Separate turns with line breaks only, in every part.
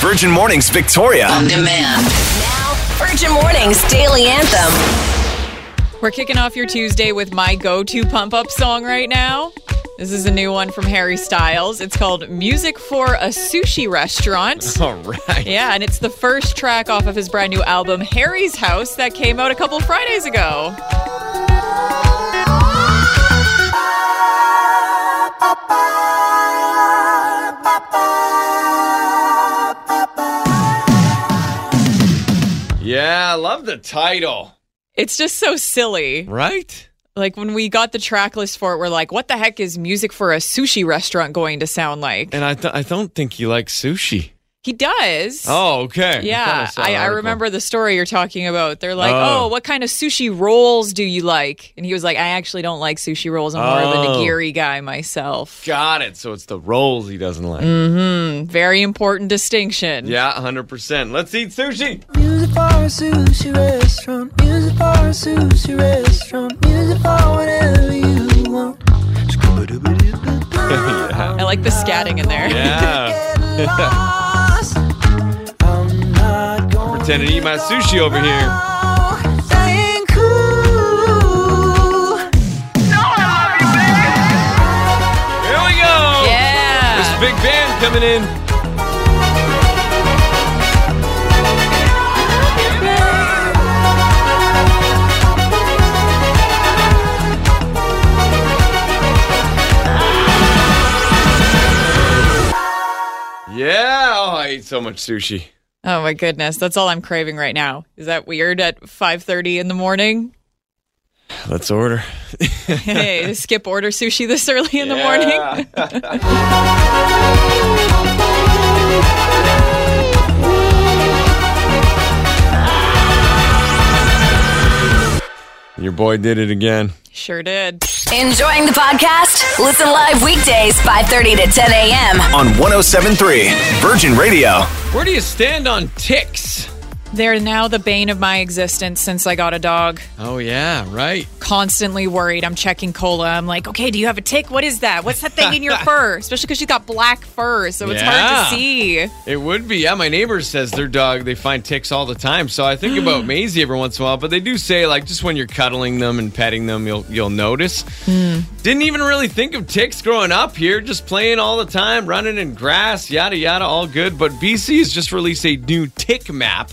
Virgin Mornings Victoria.
on demand. Now, Virgin Mornings Daily Anthem.
We're kicking off your Tuesday with my go to pump up song right now. This is a new one from Harry Styles. It's called Music for a Sushi Restaurant.
All right.
Yeah, and it's the first track off of his brand new album, Harry's House, that came out a couple Fridays ago.
Yeah, I love the title.
It's just so silly.
Right?
Like when we got the track list for it, we're like, what the heck is music for a sushi restaurant going to sound like?
And I, th- I don't think he likes sushi.
He does.
Oh, okay.
Yeah, I,
thought saw an
I
article.
remember the story you're talking about. They're like,
Oh.
oh. what kind of sushi rolls do you like?" And he was like, "I actually don't like sushi rolls. I'm more of
Oh.
a nigiri guy myself." Hmm,
Got it. So it's the rolls he doesn't like.
Mm. Very important distinction.
Yeah, 100%. Let's eat sushi.
Music for a sushi restaurant. Music for a sushi restaurant. Music for whatever you want.
I like the scatting in there.
Yeah.
Get lost. I'm not going
Pretend to eat my sushi over here.
out. Staying cool.
Here we go. There's a
Yeah.
big band coming in. Yeah, oh, I ate so much sushi.
Oh my goodness, that's all I'm craving right now. Is that weird at 5:30 in the morning?
Let's order.
Hey, to skip order sushi this early in the morning.
Your boy did it again.
Sure did.
Enjoying the podcast? Listen live weekdays 5:30 to 10 a.m.
On 1073 Virgin Radio.
Where do you stand on ticks?
They're now the bane of my existence since I got a dog.
Oh yeah, right.
constantly worried. I'm checking Cola. I'm like, okay, do you have a tick? What is that? What's that thing in your fur? Especially because she's got black fur, so it's hard
Yeah.
to see.
It would be. Yeah, my neighbor says their dog, they find ticks all the time. So I think about Maisie every once in a while, but they do say like just when you're cuddling them and petting them, you'll you'll notice. Didn't even really think of ticks growing up here, just playing all the time, running in grass, yada yada, all good. But BC has just released a new tick map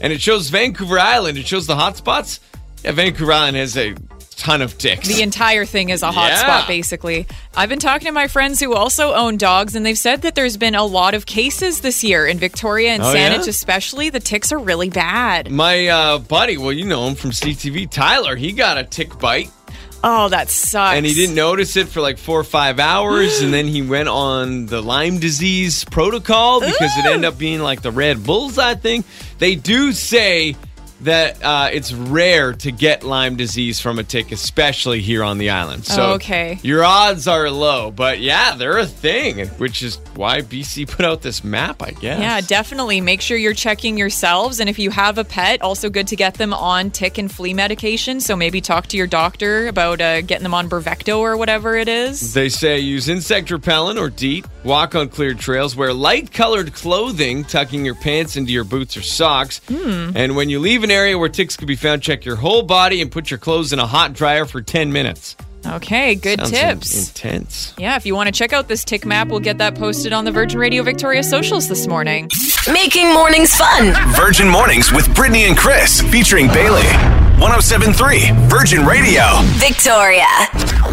and it shows Vancouver Island. It shows the hotspots. Yeah, Vancouver Island has a ton of ticks.
The entire thing is a hot
Yeah.
spot, basically. I've been talking to my friends who also own dogs, and they've said that there's been a lot of cases this year in Victoria and
Oh,
Saanich,
yeah?
especially. The ticks are really bad.
my uh, buddy, well, you know him from CTV, Tyler, he got a tick bite.
Oh, that sucks.
and he didn't notice it for like four or five hours and then he went on the lyme disease protocol because it ended up being like the red bullseye thing they do say that uh, it's rare to get lyme disease from a tick especially here on the island so
Oh, okay.
your odds are low but yeah they're a thing which is why bc put out this map i guess
Yeah, definitely. Make sure you're checking yourselves. And if you have a pet, also good to get them on tick and flea medication. So maybe talk to your doctor about uh, getting them on Brevecto or whatever it is.
They say use insect repellent or DEET, walk on cleared trails, wear light colored clothing, tucking your pants into your boots or socks.
Hmm.
And when you leave an area where ticks could be found, check your whole body and put your clothes in a hot dryer for 10 minutes.
Okay, good
Sounds in-
tips.
intense.
yeah, if you want to check out this tick map, we'll get that posted on the Virgin Radio Victoria socials this morning.
Making mornings fun.
Virgin Mornings with Brittany and Chris featuring Bailey. 1073 Virgin Radio.
Victoria.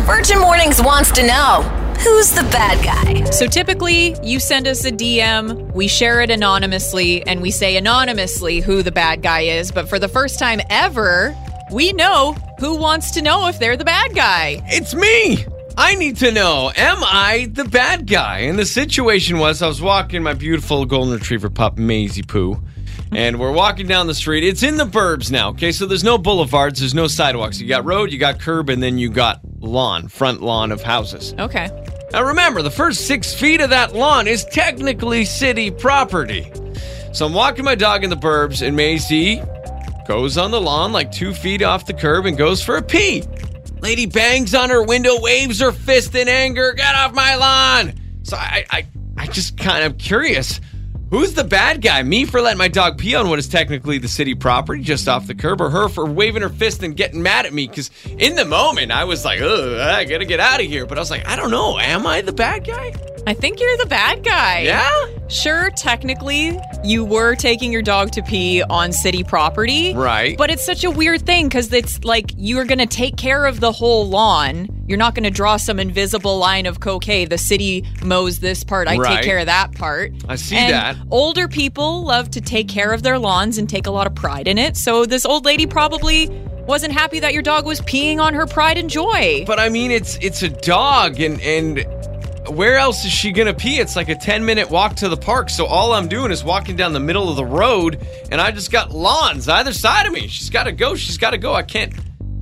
Virgin Mornings wants to know who's the bad guy?
So typically, you send us a DM, we share it anonymously, and we say anonymously who the bad guy is. But for the first time ever, we know who wants to know if they're the bad guy.
It's me! I need to know, am I the bad guy? And the situation was I was walking my beautiful golden retriever pup, Maisie Poo. And we're walking down the street. It's in the burbs now, okay? So there's no boulevards, there's no sidewalks. You got road, you got curb, and then you got lawn, front lawn of houses.
Okay.
Now remember, the first six feet of that lawn is technically city property. So I'm walking my dog in the burbs, and Maisie goes on the lawn like two feet off the curb and goes for a pee. Lady bangs on her window, waves her fist in anger, get off my lawn. So I, I, I just kind of curious. Who's the bad guy? Me for letting my dog pee on what is technically the city property just off the curb, or her for waving her fist and getting mad at me? Because in the moment, I was like, ugh, I gotta get out of here. But I was like, I don't know. Am I the bad guy?
I think you're the bad guy.
Yeah?
Sure, technically, you were taking your dog to pee on city property.
Right.
But it's such a weird thing because it's like you're going to take care of the whole lawn. You're not going to draw some invisible line of, okay, the city mows this part, I
Right.
take care of that part.
I see
And
that.
Older people love to take care of their lawns and take a lot of pride in it. So this old lady probably wasn't happy that your dog was peeing on her pride and joy.
But I mean, it's it's a dog, and and where else is she gonna pee? It's like a ten minute walk to the park. So all I'm doing is walking down the middle of the road, and I just got lawns either side of me. She's gotta go. She's gotta go. I can't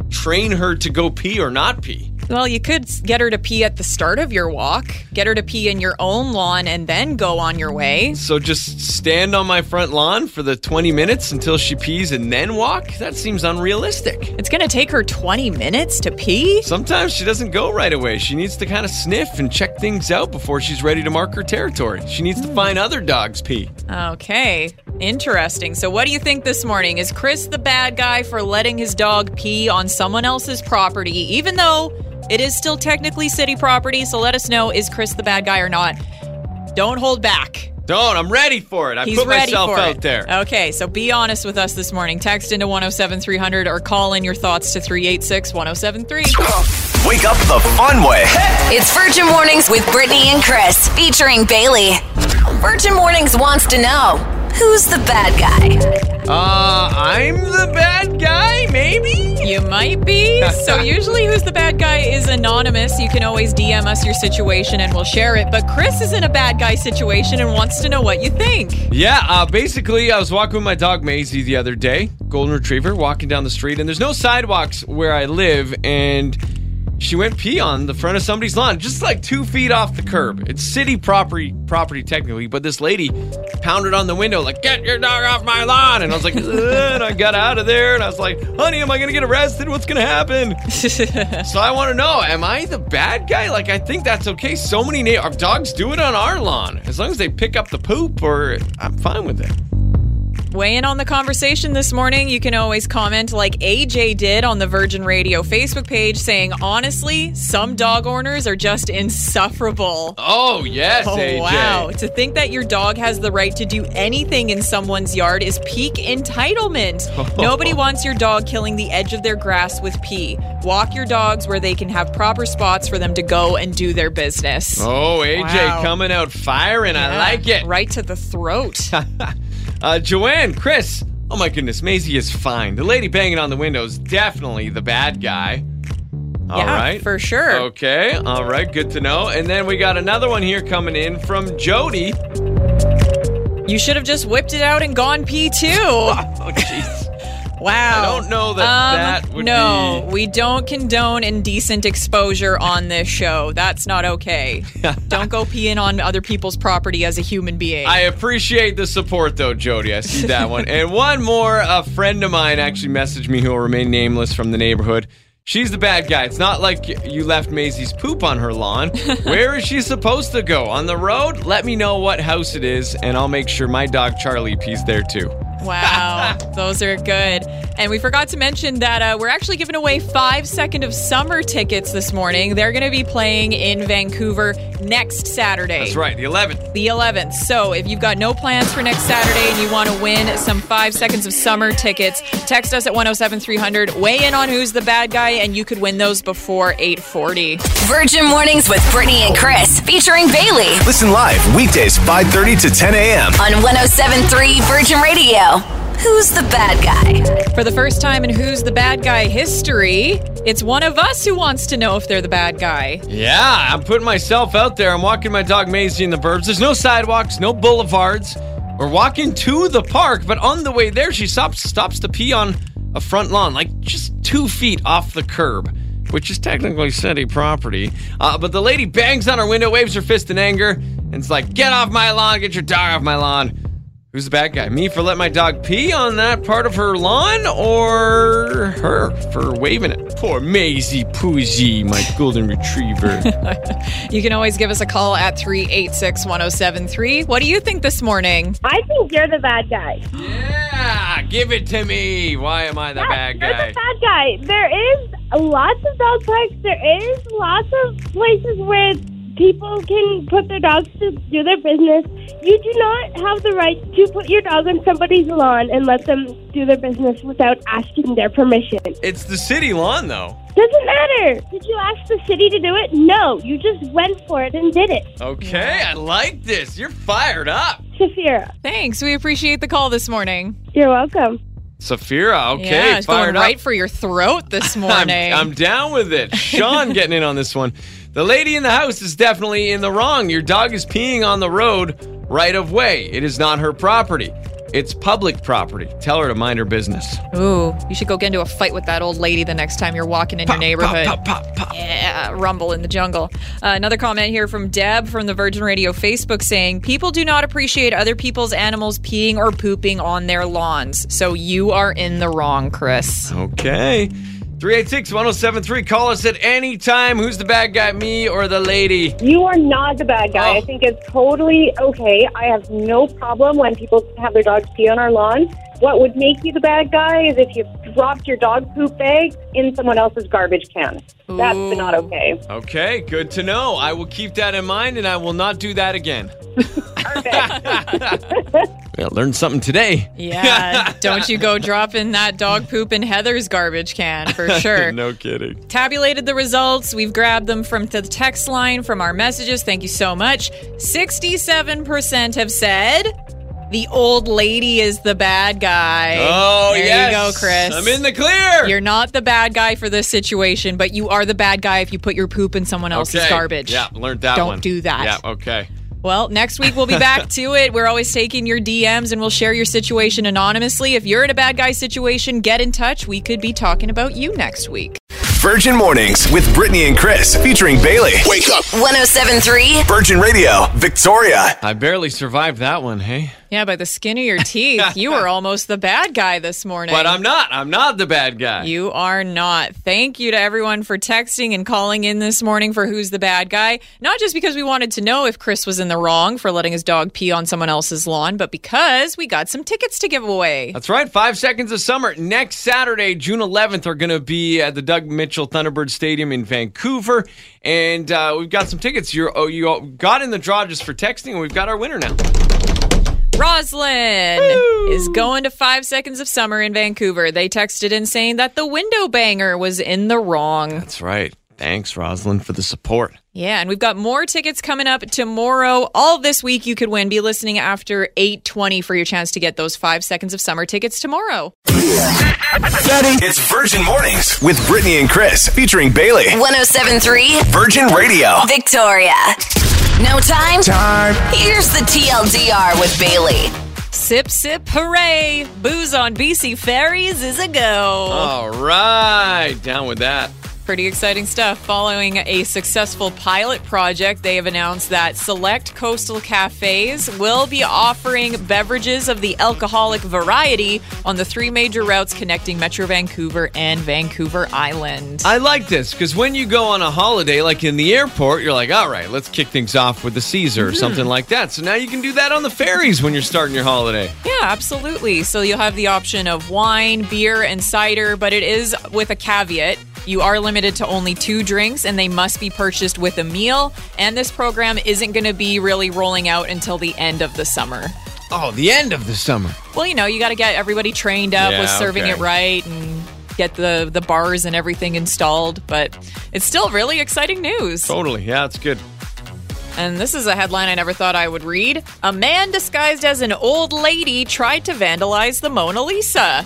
train her to go pee or not pee.
Well, you could s- get her to pee at the start of your walk, get her to pee in your own lawn, and then go on your way.
So just stand on my front lawn for the 20 minutes until she pees and then walk? That seems unrealistic.
It's going to take her 20 minutes to pee.
Sometimes she doesn't go right away. She needs to kind of sniff and check things out before she's ready to mark her territory. She needs to find other dogs pee.
Okay, interesting. So, what do you think this morning? Is Chris the bad guy for letting his dog pee on someone else's property, even though it is still technically city property? So, let us know is Chris the bad guy or not? Don't hold back.
Don't, I'm ready for it. I
He's
put
ready
myself
for
out
it.
there.
Okay, so be honest with us this morning. Text into 107300 or call in your thoughts to 386 1073.
Wake up the fun way.
It's Virgin Mornings with Brittany and Chris, featuring Bailey. Virgin Mornings wants to know who's the bad guy?
Uh, I'm the bad guy, maybe?
You might be. So, usually, who's the bad guy is anonymous. You can always DM us your situation and we'll share it. But Chris is in a bad guy situation and wants to know what you think.
Yeah, uh, basically, I was walking with my dog Maisie the other day, golden retriever, walking down the street, and there's no sidewalks where I live, and she went pee on the front of somebody's lawn, just like two feet off the curb. It's city property, property technically, but this lady pounded on the window like, "Get your dog off my lawn!" And I was like, "Ugh," and I got out of there, and I was like, "Honey, am I gonna get arrested? What's gonna happen?" so I want to know, am I the bad guy? Like, I think that's okay. So many na- our dogs do it on our lawn. As long as they pick up the poop, or I'm fine with it.
Weigh in on the conversation this morning. You can always comment like AJ did on the Virgin Radio Facebook page saying, honestly, some dog owners are just insufferable.
Oh yes, AJ.
wow. To think that your dog has the right to do anything in someone's yard is peak entitlement. Nobody wants your dog killing the edge of their grass with pee. Walk your dogs where they can have proper spots for them to go and do their business.
Oh, AJ
Wow.
coming out firing. I like it.
Right to the throat.
Uh, Joanne, Chris. Oh my goodness, Maisie is fine. The lady banging on the window is definitely the bad guy. All right,
yeah, for sure.
Okay, all right, good to know. And then we got another one here coming in from Jody.
You should have just whipped it out and gone pee too.
Oh jeez.
Wow. Um,
I don't know that that would
No,
be-
we don't condone indecent exposure on this show. That's not okay. don't go peeing on other people's property as a human being.
I appreciate the support, though, Jody. I see that one. and one more. A friend of mine actually messaged me who will remain nameless from the neighborhood. She's the bad guy. It's not like you left Maisie's poop on her lawn. Where is she supposed to go? On the road? Let me know what house it is, and I'll make sure my dog Charlie pees there too.
wow. Those are good. And we forgot to mention that uh, we're actually giving away five second of summer tickets this morning. They're going to be playing in Vancouver next Saturday.
That's right, the 11th.
the 11th. So if you've got no plans for next Saturday and you want to win some five seconds of summer tickets, text us at 107300. Weigh in on who's the bad guy, and you could win those before 840.
Virgin Mornings with Brittany and Chris, featuring Bailey
Listen live weekdays 5:30 to 10 a.m.
on 1073 Virgin Radio. Who's the bad guy?
For the first time in Who's the Bad Guy history, it's one of us who wants to know if they're the bad guy.
Yeah, I'm putting myself out there. I'm walking my dog Maisie in the burbs. There's no sidewalks, no boulevards. We're walking to the park, but on the way there, she stops stops to pee on a front lawn, like just two feet off the curb, which is technically city property. Uh, but the lady bangs on her window, waves her fist in anger, and it's like, "Get off my lawn! Get your dog off my lawn!" Who's the bad guy? Me for letting my dog pee on that part of her lawn or her for waving it? Poor Maisie Poozy, my golden retriever.
You can always give us a call at 386 1073. What do you think this morning?
I think you're the bad guy.
yeah, give it to me. Why am I the bad
You're
guy?
the bad guy. There is lots of dog parks. There is lots of places where people can put their dogs to do their business. You do not have the right to put your dog on somebody's lawn and let them do their business without asking their permission.
It's the city lawn, though.
Doesn't matter. Did you ask the city to do it? No. You just went for it and did it.
Okay, I like this. You're fired up.
Safira,
Thanks. We appreciate the call this morning.
you're welcome.
Safira, okay,
yeah, it's
fired
going
up.
right for your throat this
I'm,
morning.
I'm down with it. Sean getting in on this one. The lady in the house is definitely in the wrong. Your dog is peeing on the road right of way. It is not her property. It's public property. Tell her to mind her business.
Ooh, you should go get into a fight with that old lady the next time you're walking in your neighborhood.
Pop, pop, pop, pop.
Yeah, rumble in the jungle. Uh, another comment here from Deb from the Virgin Radio Facebook saying, People do not appreciate other people's animals peeing or pooping on their lawns. So you are in the wrong, Chris.
Okay. 386 1073. Call us at any time. Who's the bad guy, me or the lady?
You are not the bad guy.
Oh.
I think it's totally okay. I have no problem when people have their dogs pee on our lawn. What would make you the bad guy is if you dropped your dog poop bag in someone else's garbage can. That's
Ooh.
not okay.
Okay, good to know. I will keep that in mind and I will not do that again. well, learned something today.
Yeah, don't you go dropping that dog poop in Heather's garbage can for sure.
no kidding.
Tabulated the results. We've grabbed them from the text line, from our messages. Thank you so much. 67% have said the old lady is the bad guy.
Oh,
there
yes.
you go, Chris.
I'm in the clear.
You're not the bad guy for this situation, but you are the bad guy if you put your poop in someone else's garbage.
Yeah, learned that
Don't
one.
do that.
Yeah, okay.
Well, next week we'll be back to it. We're always taking your DMs and we'll share your situation anonymously. If you're in a bad guy situation, get in touch. We could be talking about you next week.
Virgin Mornings with Brittany and Chris featuring Bailey. Wake up.
1073
Virgin Radio, Victoria.
I barely survived that one, hey?
Yeah, by the skin of your teeth, you were almost the bad guy this morning.
But I'm not. I'm not the bad guy.
You are not. Thank you to everyone for texting and calling in this morning for Who's the Bad Guy. Not just because we wanted to know if Chris was in the wrong for letting his dog pee on someone else's lawn, but because we got some tickets to give away.
That's right. Five Seconds of Summer next Saturday, June 11th, are going to be at the Doug Mitchell Thunderbird Stadium in Vancouver, and uh, we've got some tickets. You're, oh, you all got in the draw just for texting, and we've got our winner now.
Roslyn is going to Five Seconds of Summer in Vancouver. They texted in saying that the window banger was in the wrong.
That's right. Thanks, Rosalind, for the support.
Yeah, and we've got more tickets coming up tomorrow. All this week you could win. Be listening after 8:20 for your chance to get those 5 seconds of summer tickets tomorrow.
It's Virgin Mornings with Brittany and Chris featuring Bailey.
1073
Virgin Radio.
Victoria. No time? Time. Here's the TLDR with Bailey.
Sip sip hooray. Booze on BC Ferries is a go.
All right. Down with that.
Pretty exciting stuff. Following a successful pilot project, they have announced that select coastal cafes will be offering beverages of the alcoholic variety on the three major routes connecting Metro Vancouver and Vancouver Island.
I like this because when you go on a holiday, like in the airport, you're like, all right, let's kick things off with the Caesar
Mm-hmm.
or something like that. So now you can do that on the ferries when you're starting your holiday.
Yeah, absolutely. So you'll have the option of wine, beer, and cider, but it is with a caveat. You are limited to only two drinks and they must be purchased with a meal. And this program isn't going to be really rolling out until the end of the summer.
Oh, the end of the summer.
Well, you know, you got to get everybody trained up
Yeah,
with serving
okay.
it right and get the, the bars and everything installed. But it's still really exciting news.
Totally. Yeah, it's good.
And this is a headline I never thought I would read. A man disguised as an old lady tried to vandalize the Mona Lisa.
Ah,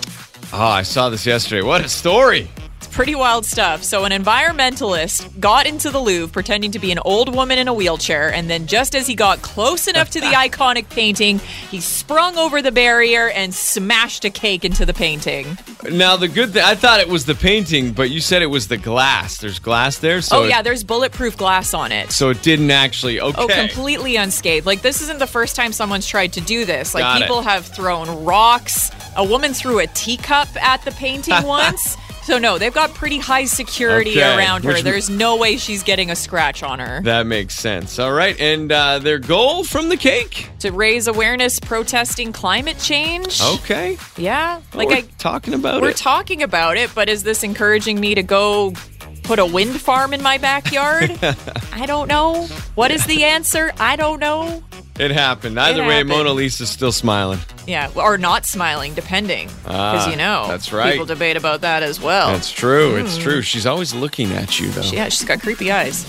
Oh, I saw this yesterday. What a story.
It's pretty wild stuff. So, an environmentalist got into the Louvre pretending to be an old woman in a wheelchair, and then just as he got close enough to the iconic painting, he sprung over the barrier and smashed a cake into the painting.
Now the good thing I thought it was the painting, but you said it was the glass. There's glass there, so
oh, yeah,
it,
there's bulletproof glass on it.
so it didn't actually. Okay,
Oh, completely unscathed. Like this isn't the first time someone's tried to do this. Like
Got it.
people have thrown rocks. A woman threw a teacup at the painting once. So no, they've got pretty high security
Okay,
around her.
which-
There's no way she's getting a scratch on her.
that makes sense. All right, and uh, their goal from the cake.
to raise awareness protesting climate change.
Okay,
Yeah. Like
we're
I
talking about
we're
it.
talking about it, but is this encouraging me to go put a wind farm in my backyard? I don't know. What is the answer? I don't know.
it happened. Either way,
happened.
Mona Lisa's still smiling.
Yeah, or not smiling, depending. Because
Ah,
you know,
that's right.
People debate about that as well.
That's true. It's true. She's always looking at you, though.
yeah, she's got creepy eyes.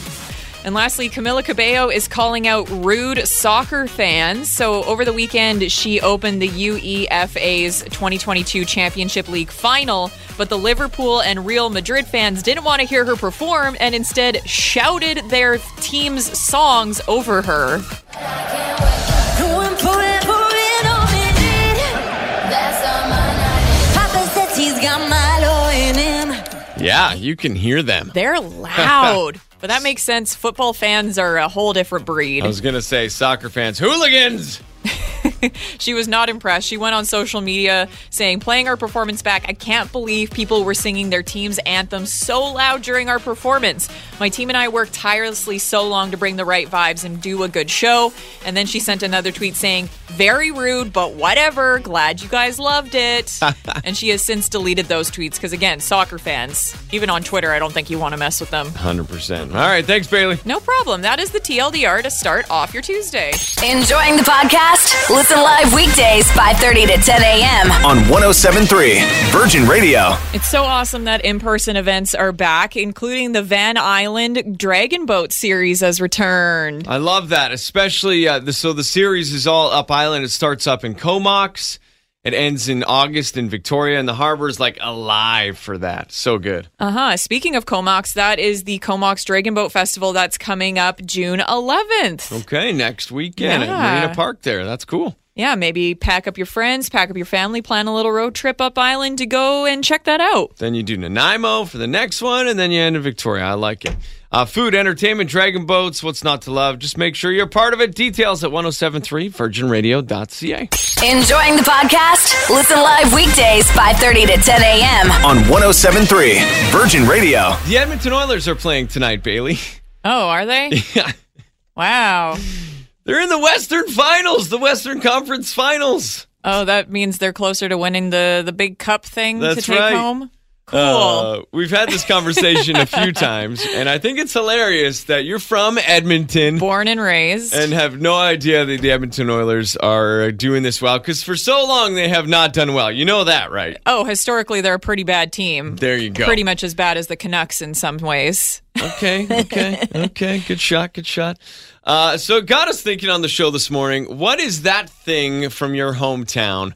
And lastly, Camila Cabello is calling out rude soccer fans. So over the weekend, she opened the E UEFA's 2022 Championship League final, but the Liverpool and Real Madrid fans didn't want to hear her perform and instead shouted their team's songs over her.
Yeah, you can hear them.
They're loud. but that makes sense. Football fans are a whole different breed.
I was gonna say soccer fans, hooligans.
She was not impressed. She went on social media saying, playing our performance back, I can't believe people were singing their team's anthem so loud during our performance. My team and I worked tirelessly so long to bring the right vibes and do a good show. And then she sent another tweet saying, very rude, but whatever. Glad you guys loved it. and she has since deleted those tweets because, again, soccer fans, even on Twitter, I don't think you want to mess with them.
Hundred percent. All right, thanks, Bailey.
No problem. That is the TLDR to start off your Tuesday.
Enjoying the podcast? Listen live weekdays 5:30 to 10 a.m.
On 1073 Virgin Radio.
It's so awesome that in person events are back, including the Van Island Dragon Boat series has returned.
I love that, especially uh, the, so the series is all up island. It starts up in Comox. It ends in August in Victoria, and the harbor is like alive for that. So good.
Uh huh. Speaking of Comox, that is the Comox Dragon Boat Festival that's coming up June 11th.
Okay, next weekend at
Yeah.
Marina Park. There, that's cool.
Yeah, maybe pack up your friends, pack up your family, plan a little road trip up island to go and check that out.
Then you do Nanaimo for the next one, and then you end in Victoria. I like it. Uh, food, entertainment, dragon boats. What's not to love? Just make sure you're part of it. Details at 1073virginradio.ca.
Enjoying the podcast? Listen live weekdays 5:30 to 10 a.m.
On 1073 Virgin Radio.
The Edmonton Oilers are playing tonight, Bailey.
Oh, are they? wow.
They're in the Western Finals, the Western Conference Finals.
Oh, that means they're closer to winning the, the big cup thing to
That's
take
right.
home. Cool.
Uh, we've had this conversation a few times, and I think it's hilarious that you're from Edmonton
Born and raised.
and have no idea that the Edmonton Oilers are doing this well because for so long they have not done well. You know that, right?
Oh, historically, they're a pretty bad team.
There you go.
Pretty much as bad as the Canucks in some ways.
Okay, okay, okay. Good shot, good shot. Uh, so it got us thinking on the show this morning. What is that thing from your hometown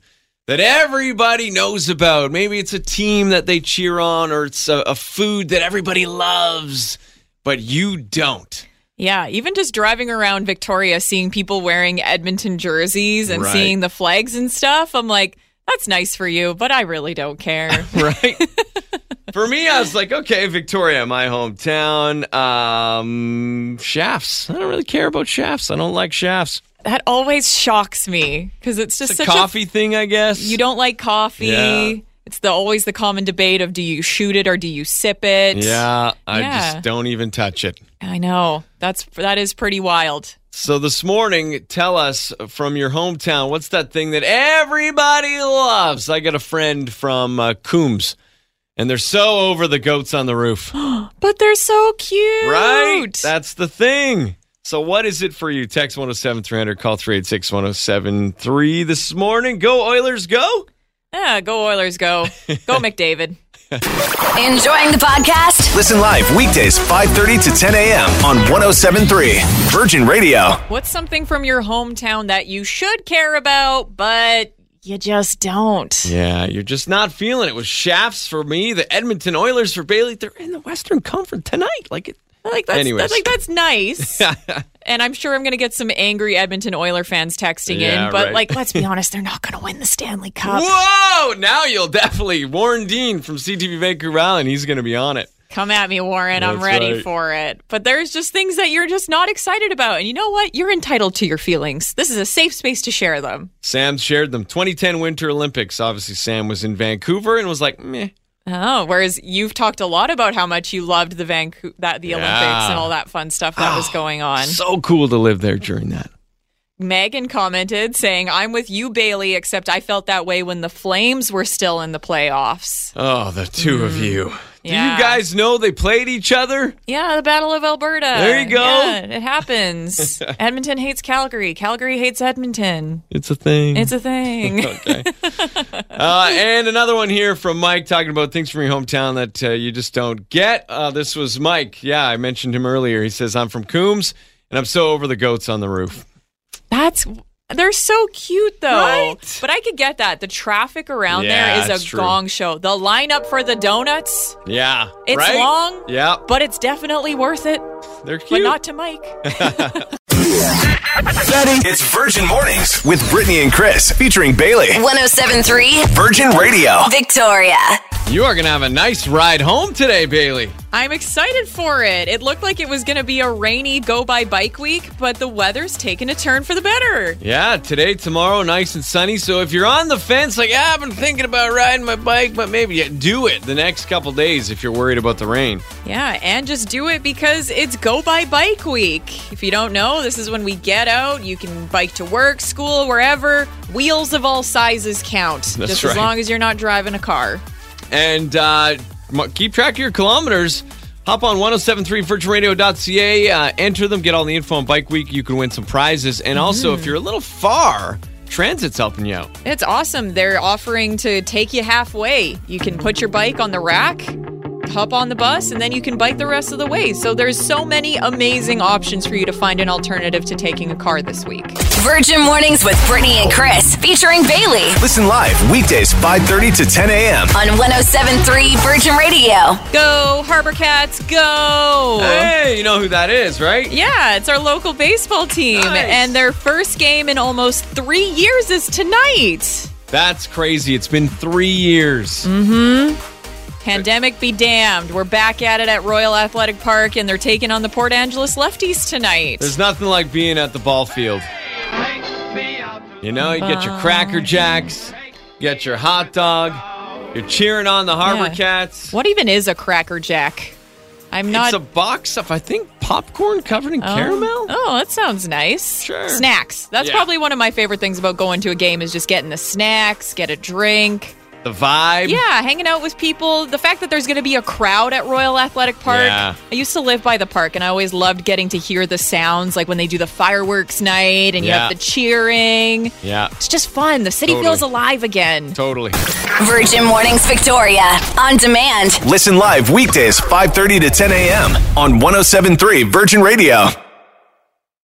that everybody knows about? Maybe it's a team that they cheer on, or it's a, a food that everybody loves, but you don't.
Yeah, even just driving around Victoria, seeing people wearing Edmonton jerseys and
Right.
seeing the flags and stuff, I'm like, that's nice for you, but I really don't care.
right? For me, I was like, okay, Victoria, my hometown. Um, shafts. I don't really care about shafts. I don't like shafts.
that always shocks me because it's just
It's a
such
coffee thing, I guess.
a. You don't like coffee.
Yeah.
It's the always the common debate of do you shoot it or do you sip it?
Yeah, I
Yeah.
just don't even touch it.
I know. That's that is pretty wild.
So this morning, tell us from your hometown, what's that thing that everybody loves? I got a friend from uh, Coombs, and they're so over the goats on the roof.
But they're so cute.
Right? That's the thing. So, what is it for you? Text 107 300, call 386 1073 this morning. Go, Oilers, go.
Yeah, go Oilers, go. Go McDavid.
Enjoying the podcast?
Listen live weekdays 5:30 to 10 a.m. on 1073 Virgin Radio.
What's something from your hometown that you should care about, but You just don't.
Yeah, you're just not feeling it. With Shafts for me, the Edmonton Oilers for Bailey. They're in the Western Conference tonight. Like it.
Like that's,
Anyways.
that's like that's nice. and I'm sure I'm going to get some angry Edmonton Oiler fans texting
Yeah,
in, but
right.
like let's be honest, they're not going to win the Stanley Cup.
Whoa! Now you'll definitely Warren Dean from CTV Vancouver Island. He's going to be on it.
Come at me, Warren. I'm
That's
ready
right.
for it. But there's just things that you're just not excited about. And you know what? You're entitled to your feelings. This is a safe space to share them.
Sam shared them. 2010 Winter Olympics. Obviously, Sam was in Vancouver and was like, meh.
Oh, whereas you've talked a lot about how much you loved the Vancouver, that the Olympics
Yeah. Ah,
and all that fun stuff that was going on.
So cool to live there during that.
Megan commented saying, "I'm with you, Bailey. Except I felt that way when the Flames were still in the playoffs.
Oh, the two of you. Do
Mm. Yeah.
you guys know they played each other?
Yeah, the Battle of Alberta.
There you go.
Yeah, it happens. Edmonton hates Calgary. Calgary hates Edmonton.
It's a thing.
It's a thing."
okay. Uh, and another one here from Mike talking about things from your hometown that uh, you just don't get. Uh, this was Mike. Yeah, I mentioned him earlier. He says, I'm from Coombs and I'm so over the goats on the roof.
That's they're so cute though.
Right?
But I could get that. The traffic around
Yeah,
there
that's
is a
true.
gong show. The lineup for the donuts,
Yeah.
It's
right?
long.
Yeah.
but it's definitely worth it.
They're cute.
But not to Mike.
It's Virgin Mornings with Brittany and Chris featuring Bailey.
1073
Virgin Radio.
Victoria.
you are going to have a nice ride home today, Bailey.
I'm excited for it. It looked like it was gonna be a rainy go by bike week, but the weather's taken a turn for the better.
Yeah, today, tomorrow, nice and sunny. So if you're on the fence, like, ah, I've been thinking about riding my bike, but maybe yeah, do it the next couple days if you're worried about the rain.
Yeah, and just do it because it's Go By Bike Week. If you don't know, this is when we get out. You can bike to work, school, wherever. Wheels of all sizes count,
That's
just
right.
as long as you're not driving a car.
and uh, m- keep track of your kilometers. Hop on 1073virginradio.ca, uh, enter them, get all the info on Bike Week. You can win some prizes. And also, if you're a little far, Transit's helping you out.
It's awesome. They're offering to take you halfway. You can put your bike on the rack, hop on the bus, and then you can bike the rest of the way. So there's so many amazing options for you to find an alternative to taking a car this week.
Virgin Mornings with Brittany and Chris featuring Bailey
Listen live weekdays 5:30 to 10 a.m.
on 1073 Virgin Radio.
Go, Harbor Cats, go!
Hey, you know who that is, right?
Yeah, it's our local baseball team,
Nice.
and their first game in almost three years is tonight.
That's crazy. It's been three years.
Pandemic be damned. We're back at it at Royal Athletic Park, and they're taking on the Port Angeles Lefties tonight.
There's nothing like being at the ball field. You know, you get your Cracker Jacks, get your hot dog, you're cheering on the Harbor
Yeah.
Cats.
what even is a Cracker Jack? I'm not.
It's a box of, I think, popcorn covered in
Oh.
caramel.
Oh, that sounds nice.
Sure.
Snacks. That's
Yeah.
probably one of my favorite things about going to a game is just getting the snacks, get a drink.
The vibe.
Yeah, hanging out with people. The fact that there's going to be a crowd at Royal Athletic Park.
Yeah.
I used to live by the park and I always loved getting to hear the sounds like when they do the fireworks night and you have
Yeah.
the cheering.
Yeah.
It's just fun. The city
Totally.
feels alive again.
Totally.
Virgin Mornings Victoria on demand.
Listen live weekdays 5:30 to 10 a.m. on 1073 Virgin Radio.